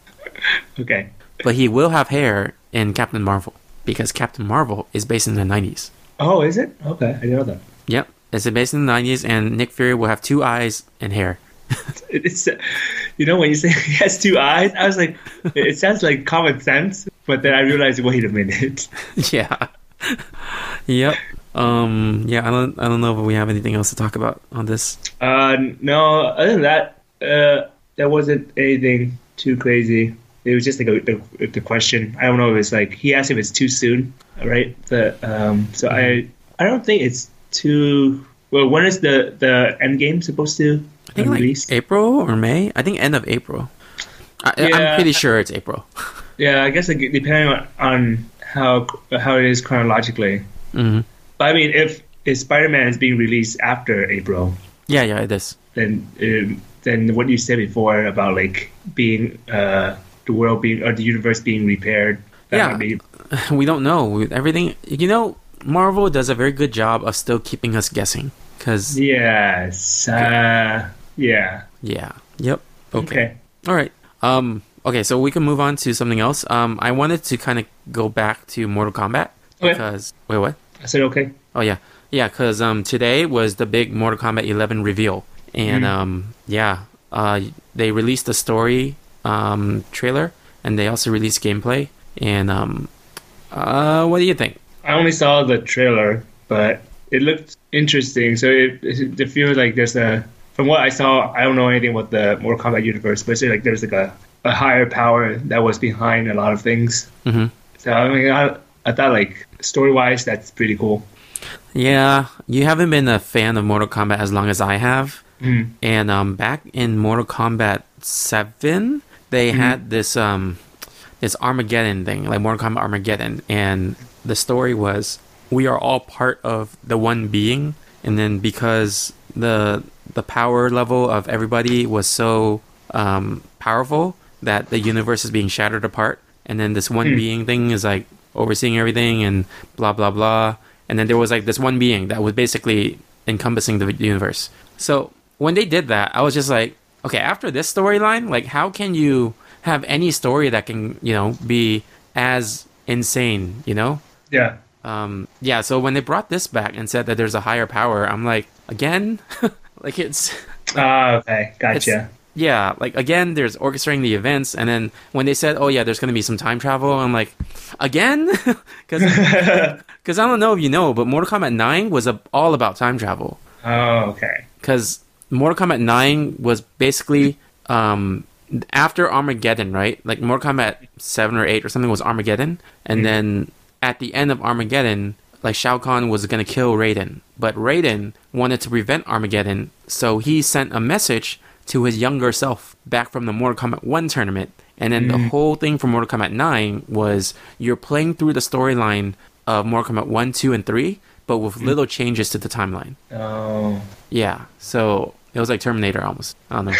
Speaker 6: Okay.
Speaker 2: But he will have hair in Captain Marvel because Captain Marvel is based in the 90s.
Speaker 6: Oh, is it? Okay, I didn't know that.
Speaker 2: Yep, it's based in the 90s and Nick Fury will have two eyes and hair.
Speaker 6: It- It's, you know, when you say he has two eyes, I was like, it it sounds like common sense, but then I realized, wait a minute.
Speaker 2: yeah. yep. Um yeah, I don't I don't know if we have anything else to talk about on this.
Speaker 6: Uh, no, other than that, uh, there wasn't anything too crazy. It was just like a, the, the question. I don't know if it's like he asked if it's too soon, right? The um, so I I don't think it's too. Well, when is the the end game supposed to
Speaker 2: I think like
Speaker 6: release?
Speaker 2: April or May? I think end of April. I, I'm
Speaker 6: Yeah.
Speaker 2: pretty sure it's April.
Speaker 6: yeah, I guess like depending on, on how how it is chronologically.
Speaker 2: Mhm.
Speaker 6: But I mean, if if Spider Man is being released after April,
Speaker 2: Yeah, yeah, it is.
Speaker 6: than um, than what you said before about like being uh, the world being or the universe being repaired. That
Speaker 2: Yeah.
Speaker 6: might be-
Speaker 2: We don't know. We- Everything, you know, Marvel does a very good job of still keeping us guessing. Cause
Speaker 6: yes. Uh, yeah.
Speaker 2: yeah, yep.
Speaker 6: Okay.
Speaker 2: All right. Um. Okay. So we can move on to something else. Um. I wanted to kind of go back to Mortal Kombat
Speaker 6: Okay.
Speaker 2: because wait, what?
Speaker 6: I said okay.
Speaker 2: Oh yeah, yeah. Because um, today was the big Mortal Kombat 11 reveal, and um, yeah, uh, they released the story um trailer, and they also released gameplay. And um, uh, what do you think?
Speaker 6: I only saw the trailer, but it looked interesting. So it, it, it feels like there's a. From what I saw, I don't know anything about the Mortal Kombat universe, but it's like there's like a, a higher power that was behind a lot of things.
Speaker 2: Mm-hmm.
Speaker 6: So I mean, I, I thought like story wise, that's pretty cool.
Speaker 2: Yeah, you haven't been a fan of Mortal Kombat as long as I have. Mm. And um, back in Mortal Kombat Seven, they had this um, this Armageddon thing, like Mortal Kombat Armageddon, and the story was we are all part of the one being, and then because the the power level of everybody was so um, powerful that the universe is being shattered apart, and then this one being thing is like overseeing everything and blah blah blah and then there was like this one being that was basically encompassing the universe. So when they did that, I was just like, okay, after this storyline, like how can you have any story that can you know be as insane, you know?
Speaker 6: Yeah.
Speaker 2: Um, yeah. So when they brought this back and said that there's a higher power, I'm like, again, like it's.
Speaker 6: Ah, okay.
Speaker 2: It's-
Speaker 6: Gotcha.
Speaker 2: Yeah, like again, there's orchestrating the events, and then when they said, "Oh yeah, there's going to be some time travel," I'm like, again, because I don't know if you know, but Mortal Kombat Nine was a, all about time travel.
Speaker 6: Oh, okay.
Speaker 2: Because Mortal Kombat Nine was basically um, after Armageddon, right? Like Mortal Kombat Seven or Eight or something was Armageddon, and then at the end of Armageddon, like Shao Kahn was gonna kill Raiden, but Raiden wanted to prevent Armageddon, so he sent a message to his younger self back from the Mortal Kombat 1 tournament. And then the whole thing for Mortal Kombat 9 was you're playing through the storyline of Mortal Kombat 1, 2, and 3, but with little changes to the timeline.
Speaker 6: Oh.
Speaker 2: Yeah, so it was like Terminator almost. I don't know.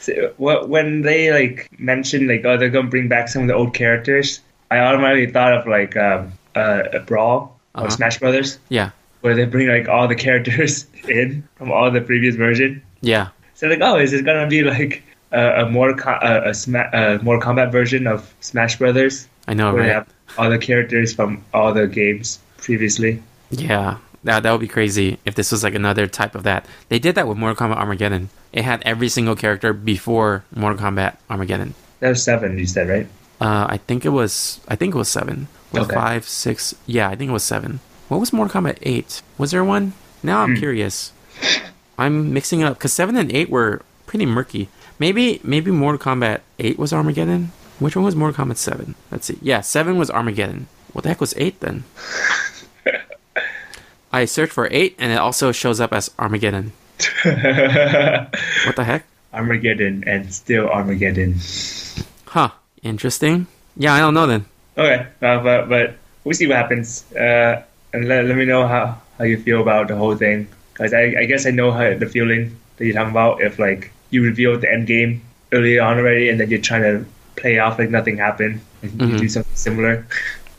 Speaker 6: So, wh- when they like mentioned like oh they're gonna bring back some of the old characters, I automatically thought of like um, uh, Brawl or
Speaker 2: Uh-huh.
Speaker 6: Smash Brothers,
Speaker 2: Yeah,
Speaker 6: where they bring like all the characters in from all the previous version.
Speaker 2: yeah,
Speaker 6: So like oh is it gonna be like a, a more co- a, a, sma- a more combat version of Smash Brothers
Speaker 2: I know,
Speaker 6: where they
Speaker 2: right?
Speaker 6: have all the characters from all the games previously?
Speaker 2: Yeah, that that would be crazy if this was like another type of that. They did that with Mortal Kombat Armageddon. It had every single character before Mortal Kombat Armageddon.
Speaker 6: That was seven, you said right?
Speaker 2: Uh, I think it was. I think it was seven. Was
Speaker 6: Okay.
Speaker 2: five, six? Yeah, I think it was seven. What was Mortal Kombat eight? Was there one? Now I'm curious. I'm mixing it up because seven and eight were pretty murky. Maybe maybe Mortal Kombat eight was Armageddon. Which one was Mortal Kombat seven? Let's see. Yeah, seven was Armageddon. What the heck was eight then? I searched for eight and it also shows up as Armageddon. what the heck?
Speaker 6: Armageddon and still Armageddon.
Speaker 2: Huh. Interesting. Yeah, I don't know then.
Speaker 6: Okay, uh, but but we'll see what happens. Uh, and let, let me know how, how you feel about the whole thing. Because I, I guess I know how, the feeling that you're talking about if like you revealed the end game earlier on already and then you're trying to play off like nothing happened and
Speaker 2: Mm-hmm.
Speaker 6: you do something similar.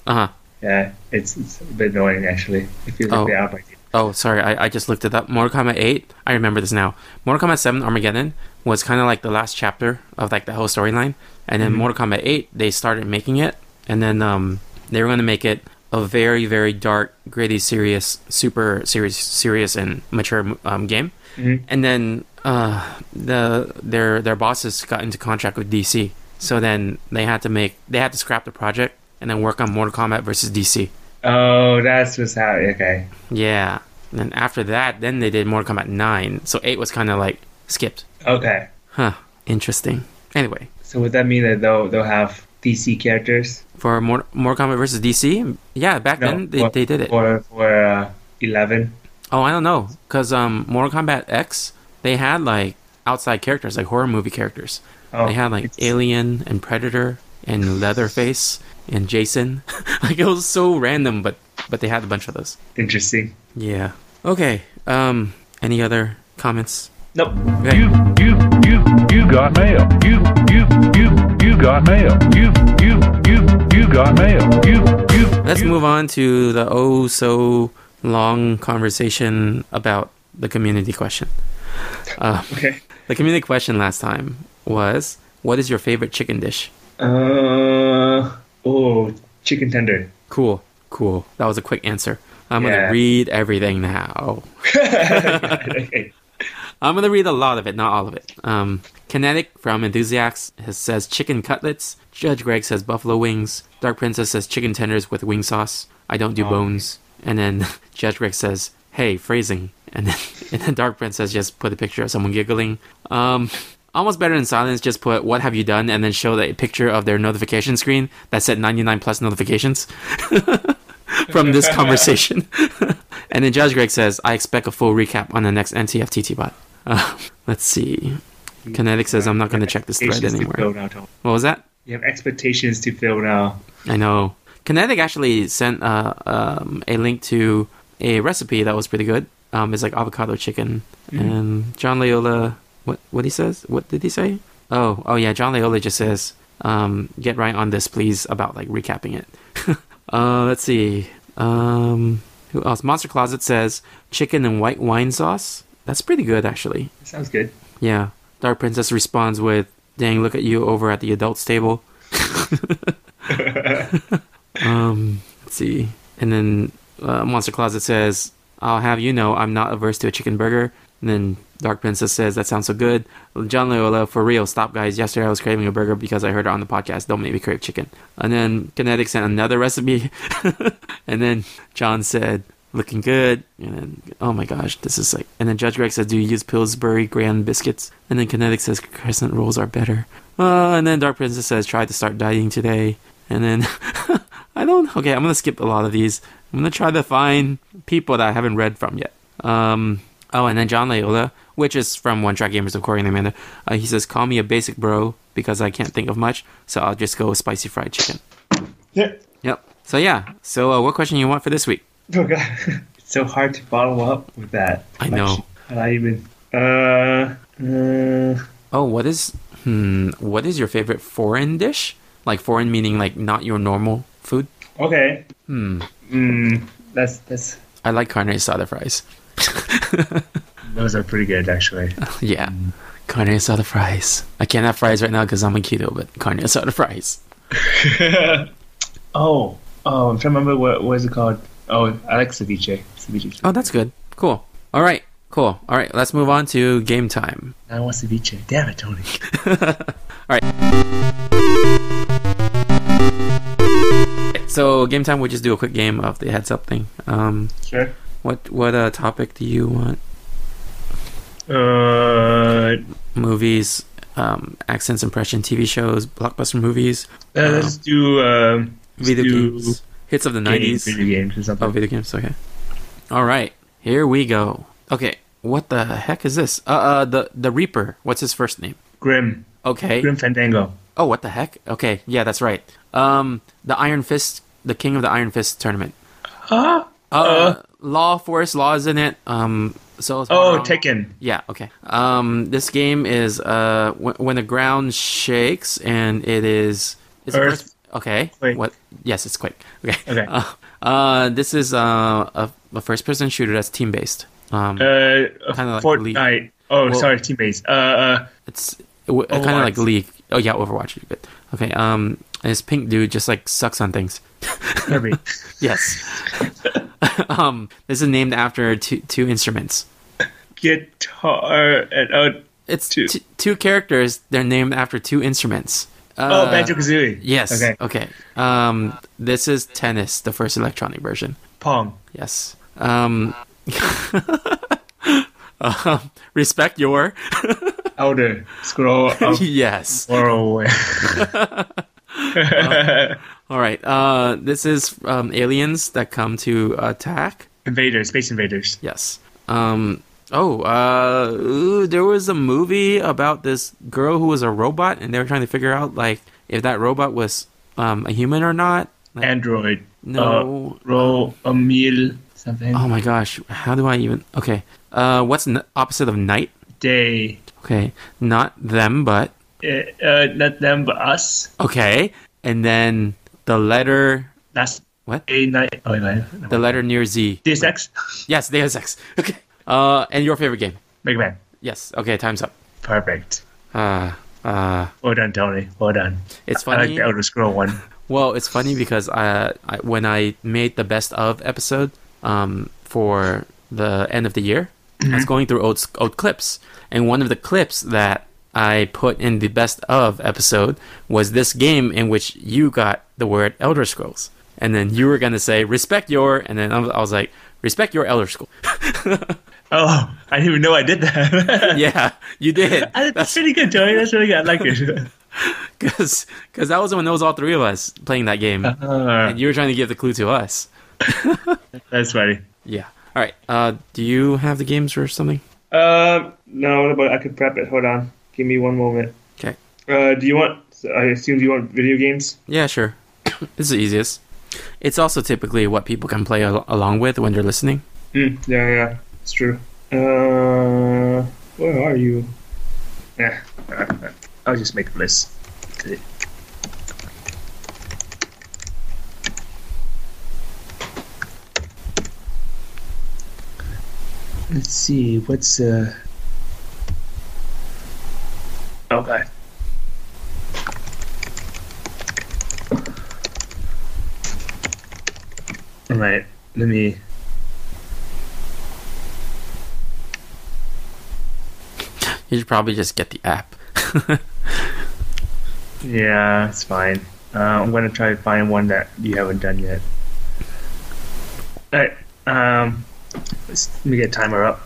Speaker 2: Uh huh.
Speaker 6: Yeah, it's, it's a bit annoying actually. It feels
Speaker 2: Oh.
Speaker 6: like they are like
Speaker 2: Oh, sorry, I, I just looked it up. Mortal Kombat 8, I remember this now. Mortal Kombat 7 Armageddon was kind of like the last chapter of like the whole storyline. And then Mortal Kombat 8, they started making it. And then um, they were going to make it a very, very dark, gritty, serious, super serious, serious and mature um, game. And then uh, the their their bosses got into contract with DC. So then they had to make they had to scrap the project and then work on Mortal Kombat versus DC.
Speaker 6: Oh, that's just how okay.
Speaker 2: Yeah. And then after that, then they did Mortal Kombat 9. So 8 was kind of like skipped.
Speaker 6: Okay.
Speaker 2: Huh. Interesting. Anyway,
Speaker 6: So would that mean that they'll they'll have DC characters?
Speaker 2: for Mor- Mortal Kombat versus DC, yeah, back then they,
Speaker 6: for-
Speaker 2: they did it.
Speaker 6: for for uh, eleven.
Speaker 2: Oh, I don't know. Because um, Mortal Kombat X, they had like outside characters, like horror movie characters.
Speaker 6: Oh,
Speaker 2: they had like
Speaker 6: it's-
Speaker 2: Alien and Predator and Leatherface and Jason. like it was so random, but but they had a bunch of those.
Speaker 6: Interesting.
Speaker 2: Yeah. Okay. Um. Any other comments?
Speaker 6: Nope.
Speaker 2: Okay.
Speaker 5: You, you, you, you got mail. You, you, you, you got mail. You, you, you, you got mail. You, you.
Speaker 2: Let's
Speaker 5: you.
Speaker 2: move on to the oh so long conversation about the community question.
Speaker 6: Okay.
Speaker 2: The community question last time was, "What is your favorite chicken dish?"
Speaker 6: Uh oh, chicken tender.
Speaker 2: Cool, cool. That was a quick answer. I'm
Speaker 6: Yeah.
Speaker 2: gonna read everything now.
Speaker 6: okay.
Speaker 2: I'm gonna read a lot of it, not all of it. Um, Kinetic from Enthusiasts has, says chicken cutlets. Judge Greg says buffalo wings. Dark Princess says chicken tenders with wing sauce. I don't do bones. And then Judge Greg says, "Hey, phrasing." And then and then Dark Princess just put a picture of someone giggling. Um, almost better in silence. Just put, "What have you done?" And then show a picture of their notification screen that said 99 plus notifications from this conversation. and then Judge Greg says, I expect a full recap on the next NTFTT bot. Uh, let's see. Kinetic says, I'm not going to check this thread
Speaker 6: Expectations to
Speaker 2: anymore.
Speaker 6: fill now, Tom.
Speaker 2: What was that?
Speaker 6: You have expectations to fill now.
Speaker 2: I know. Kinetic actually sent uh, um, a link to a recipe that was pretty good. Um, it's like avocado chicken. And John Leola, what what he says? What did he say? Oh, oh yeah. John Leola just says, um, "Get right on this, please." About like recapping it. uh, let's see. Um, who else? Monster Closet says chicken and white wine sauce. That's pretty good, actually.
Speaker 6: Sounds good.
Speaker 2: Yeah. Dark Princess responds with, "Dang, look at you over at the adults table." um, let's see. And then uh, Monster Closet says, "I'll have you know, I'm not averse to a chicken burger." And then Dark Princess says, "That sounds so good." John Loyola, for real, stop, guys. Yesterday I was craving a burger because I heard it on the podcast. Don't make me crave chicken. And then Kinetic sent another recipe, and then John said, "Looking good." And then, oh my gosh, this is like. And then Judge Greg says, "Do you use Pillsbury Grand biscuits?" And then Kinetic says, "Crescent rolls are better." Uh, and then Dark Princess says, "Try to start dieting today." And then I don't. Okay, I'm gonna skip a lot of these. I'm gonna try to find people that I haven't read from yet. Um. Oh, and then John Layola, which is from One Track Gamers, according to Amanda. Uh, he says, "Call me a basic bro because I can't think of much, so I'll just go with spicy fried chicken."
Speaker 6: Yeah.
Speaker 2: Yep. So yeah. So uh, what question you want for this week?
Speaker 6: Oh god. It's so hard to follow up with that.
Speaker 2: I know.
Speaker 6: Like, not even uh, uh
Speaker 2: Oh, what is hmm? What is your favorite foreign dish? Like foreign meaning like not your normal food.
Speaker 6: okay. Hmm. Hmm. That's that's
Speaker 2: I like carne asada fries.
Speaker 6: those are pretty good actually.
Speaker 2: Yeah, carne asada fries. I can't have fries right now because I'm a keto, but carne asada fries.
Speaker 6: Oh, oh, I'm trying to remember what what is it called? Oh, I like ceviche. Ceviche.
Speaker 2: Oh, that's good. Cool. All right. Cool. All right. Let's move on to game time.
Speaker 6: I want ceviche. Damn it, Tony.
Speaker 2: So game time. We'll just do a quick game of the heads up thing. Um,
Speaker 6: Sure.
Speaker 2: what what uh, topic do you want?
Speaker 6: Uh,
Speaker 2: movies, um, accents, impression, TV shows, blockbuster movies,
Speaker 6: uh, let's do um, let's
Speaker 2: video
Speaker 6: do
Speaker 2: games, hits of the
Speaker 6: game-
Speaker 2: nineties.
Speaker 6: Video games or something.
Speaker 2: Oh, video games. Okay. All right, here we go. Okay, what the heck is this? Uh, uh, the the Reaper. What's his first name?
Speaker 6: Grim.
Speaker 2: Okay.
Speaker 6: Grim Fandango.
Speaker 2: Oh, what the heck? Okay, yeah, that's right. Um, the Iron Fist, the King of the Iron Fist tournament. Huh? Uh, Law Forest Law is in it. Um, so it's
Speaker 6: Oh,
Speaker 2: Wrong.
Speaker 6: Tekken.
Speaker 2: Yeah. Okay. Um, this game is uh when, when the ground shakes and it is. is it
Speaker 6: Earth.
Speaker 2: first- okay.
Speaker 6: Quake.
Speaker 2: What? Yes, it's Quake. Okay.
Speaker 6: Okay.
Speaker 2: Uh, uh, this is uh, a, a first-person shooter that's team-based. Um,
Speaker 6: Uh,
Speaker 2: Kinda like
Speaker 6: Fortnite.
Speaker 2: League.
Speaker 6: Oh,
Speaker 2: Well-
Speaker 6: sorry, teammates. Uh, uh,
Speaker 2: It's kind of like
Speaker 6: Overwatch.
Speaker 2: League. Oh yeah, Overwatch. Good. Okay. Um, and this pink dude just like sucks on things.
Speaker 6: Kirby.
Speaker 2: Yes. um, this is named after two two instruments.
Speaker 6: Guitar and oh,
Speaker 2: It's two
Speaker 6: Two.
Speaker 2: two characters. They're named after two instruments.
Speaker 6: oh
Speaker 2: Uh,
Speaker 6: Banjo Kazooie.
Speaker 2: Yes. Oh.
Speaker 6: Okay.
Speaker 2: Okay. Okay. Um, this is tennis, the first electronic version.
Speaker 6: Pong.
Speaker 2: Yes. Um. uh, respect your
Speaker 6: Elder. Scroll. Up.
Speaker 2: yes
Speaker 6: Whirlwind.
Speaker 2: All right. Uh, this is um, aliens that come to attack.
Speaker 6: invaders. Space invaders.
Speaker 2: Yes. Um. Oh. Uh. ooh, there was a movie about this girl who was a robot, and they were trying to figure out like if that robot was um a human or not. Like,
Speaker 6: Android.
Speaker 2: No.
Speaker 6: Uh, roll a meal. Something.
Speaker 2: oh my gosh. How do I even? Okay. Uh. What's n- opposite of night?
Speaker 6: Day.
Speaker 2: Okay. Not them, but
Speaker 6: Uh, uh, not them, but us.
Speaker 2: okay. And then the letter.
Speaker 6: That's
Speaker 2: What?
Speaker 6: A night. Oh, yeah.
Speaker 2: The letter near Z.
Speaker 6: Deus Ex.
Speaker 2: Yes. Deus Ex. Okay. Uh. And your favorite game.
Speaker 6: Mega Man.
Speaker 2: Yes. Okay. Time's up.
Speaker 6: Perfect.
Speaker 2: Uh, uh,
Speaker 6: Well done, Tony. Well done.
Speaker 2: it's
Speaker 6: I like
Speaker 2: funny.
Speaker 6: the Elder Scroll one.
Speaker 2: well, it's funny because uh, I, when I made the best of episode um, for the end of the year, I was going through old s- old clips, and one of the clips that I put in the best of episode was this game in which you got the word Elder Scrolls, and then you were gonna say respect your, and then I was, I was like respect your Elder Scroll.
Speaker 6: Oh, I didn't even know I did that.
Speaker 2: yeah, you did.
Speaker 6: I- That's pretty good, Tony. That's really good. I like it.
Speaker 2: Because that was when it was all three of us playing that game.
Speaker 6: Uh-huh.
Speaker 2: and you were trying to give the clue to us.
Speaker 6: Uh, That's funny.
Speaker 2: Yeah. All right. Uh, do you have the games or something?
Speaker 6: Uh, no, but I could prep it. Hold on. Give me one moment.
Speaker 2: Okay.
Speaker 6: Uh, do you want? I assume you want video games.
Speaker 2: Yeah, sure. this is the easiest. It's also typically what people can play al- along with when they're listening.
Speaker 6: Mm, yeah, yeah, it's true. Uh, where are you? Yeah, I'll just make a list. Let's see, what's uh. Okay. All right, let me
Speaker 2: You should probably just get the app.
Speaker 6: Yeah, it's fine. Uh, I'm gonna try to find one that you haven't done yet. Alright, um, let's, let me get timer up.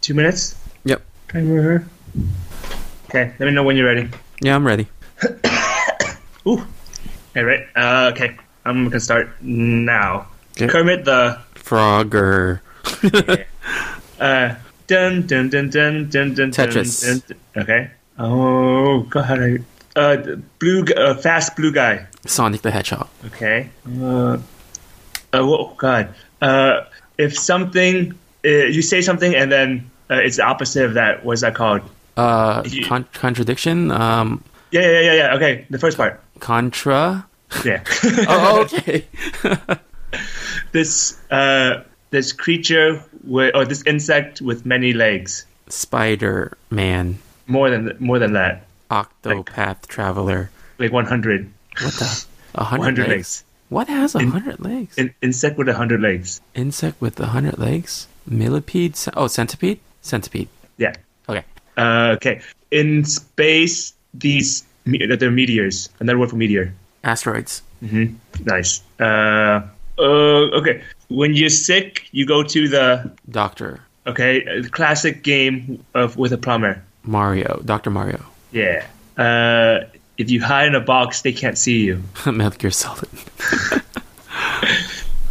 Speaker 6: Two minutes?
Speaker 2: yep.
Speaker 6: Timer. Okay, let me know when you're ready.
Speaker 2: Yeah, I'm ready.
Speaker 6: Ooh. Alright, uh, okay. I'm gonna start now.
Speaker 2: Okay.
Speaker 6: Kermit the
Speaker 2: Frogger.
Speaker 6: uh, dun dun dun dun dun dun
Speaker 2: Tetris.
Speaker 6: Dun, dun, dun. Okay. Oh god, I uh the blue gu- uh, fast blue guy.
Speaker 2: Sonic the Hedgehog.
Speaker 6: Okay. Uh, oh God. Uh, if something uh, you say something and then uh, it's the opposite of that, what's that called?
Speaker 2: Uh,
Speaker 6: You-
Speaker 2: con- contradiction. Um,
Speaker 6: Yeah, yeah, yeah, yeah. Okay, the first part.
Speaker 2: contra.
Speaker 6: Yeah.
Speaker 2: Oh, okay.
Speaker 6: this uh, this creature with, or this insect with many legs.
Speaker 2: Spider Man.
Speaker 6: More than more than that,
Speaker 2: Octopath Traveler.
Speaker 6: like 100.
Speaker 2: What the? A hundred
Speaker 6: 100
Speaker 2: legs.
Speaker 6: legs.
Speaker 2: What has a hundred legs?
Speaker 6: An insect with 100 legs.
Speaker 2: Insect with a hundred legs? Millipede? Ce- Oh, centipede? Centipede.
Speaker 6: Yeah.
Speaker 2: Okay.
Speaker 6: Uh, okay. In space, these me- they're meteors. Another word for meteor.
Speaker 2: Asteroids.
Speaker 6: Hmm, Nice. Uh, uh, okay. When you're sick, you go to the
Speaker 2: Doctor.
Speaker 6: Okay, a classic game of with a plumber.
Speaker 2: Mario, Dr. Mario,
Speaker 6: Yeah. Uh, if you hide in a box, they can't see you.
Speaker 2: Metal Gear Solid. I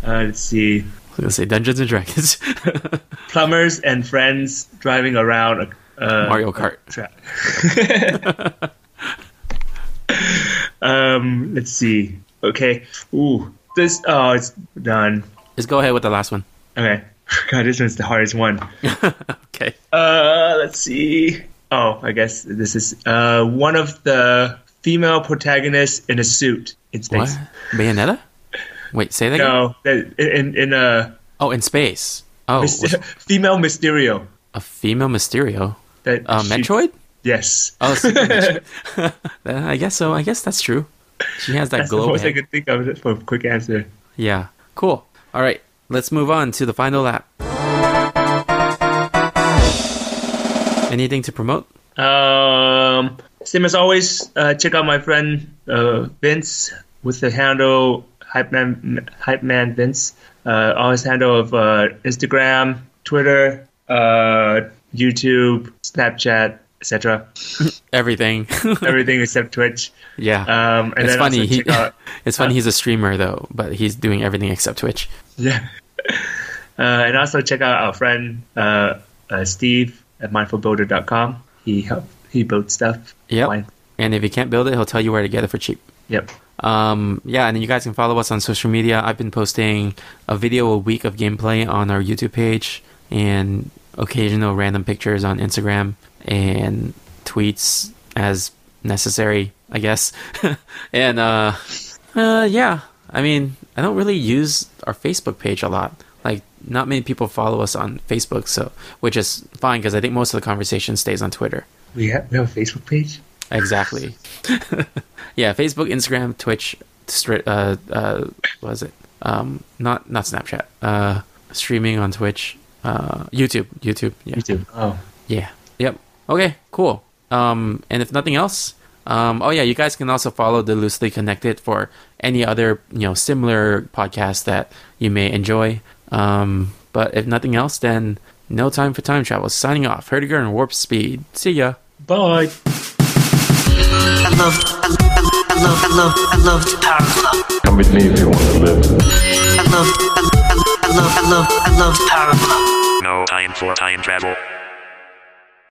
Speaker 6: Uh, let's see.
Speaker 2: was gonna say Dungeons and Dragons,
Speaker 6: Plumbers and friends driving around a uh,
Speaker 2: Mario Kart.
Speaker 6: track. um, let's see. Okay. Ooh, this. Oh, it's done.
Speaker 2: Just go ahead with the last one.
Speaker 6: Okay. God, this one's the hardest one.
Speaker 2: Okay.
Speaker 6: Uh, let's see. Oh, I guess this is uh one of the female protagonists in a suit in
Speaker 2: What?
Speaker 6: space.
Speaker 2: Bayonetta? Wait, say that. Again?
Speaker 6: No, that- in in a
Speaker 2: Oh, in space. Oh, was
Speaker 6: Myster- female Mysterio.
Speaker 2: a female Mysterio.
Speaker 6: That
Speaker 2: Uh,
Speaker 6: she-
Speaker 2: Metroid?
Speaker 6: Yes.
Speaker 2: Oh, Super Metroid. Uh, I guess so. I guess that's true. She has that
Speaker 6: That's the
Speaker 2: glow.
Speaker 6: most I
Speaker 2: head.
Speaker 6: could think of for a quick answer.
Speaker 2: Yeah. Cool. All right. Let's move on to the final lap. Anything to promote?
Speaker 6: Um, same as always, uh, check out my friend uh, Vince with the handle hype man hype man Vince. Uh, on his handle of uh, Instagram, Twitter, uh, YouTube, Snapchat, etc.
Speaker 2: Everything.
Speaker 6: Everything except Twitch.
Speaker 2: yeah.
Speaker 6: Um, and
Speaker 2: it's
Speaker 6: then
Speaker 2: funny.
Speaker 6: Also
Speaker 2: He,
Speaker 6: check out, uh,
Speaker 2: it's funny. He's a streamer though, but he's doing everything except Twitch.
Speaker 6: yeah. Uh, and also check out our friend uh, uh, Steve at mindfulbuilder.com. He help, he builds stuff.
Speaker 2: Yep.
Speaker 6: Mine-
Speaker 2: And if you can't build it, he'll tell you where to get it for cheap.
Speaker 6: Yep.
Speaker 2: Um, yeah, and then you guys can follow us on social media. I've been posting a video a week of gameplay on our YouTube page and occasional random pictures on Instagram and tweets as necessary, I guess. and uh, uh, yeah, I mean, I don't really use our Facebook page a lot. Like, not many people follow us on Facebook, so which is fine because I think most of the conversation stays on Twitter.
Speaker 6: We have, we have a Facebook page.
Speaker 2: Exactly. yeah, Facebook, Instagram, Twitch, stri- uh, uh, what is it? Um, not not Snapchat. Uh, streaming on Twitch, uh, YouTube, YouTube, yeah,
Speaker 6: YouTube. Oh.
Speaker 2: yeah, yep. Okay, cool. Um, and if nothing else, um, oh yeah, you guys can also follow the Loosely Connected for any other you know similar podcasts that you may enjoy. Um, but if nothing else, then no time for time travel. Signing off. Herdiger and Warp Speed. See ya.
Speaker 6: Bye.
Speaker 3: I love, I love, I love, I love, I love the Power Club.
Speaker 7: Come with me if you want to live.
Speaker 3: I love, I love, I love, I love, I love the Power Club.
Speaker 8: No time for time travel.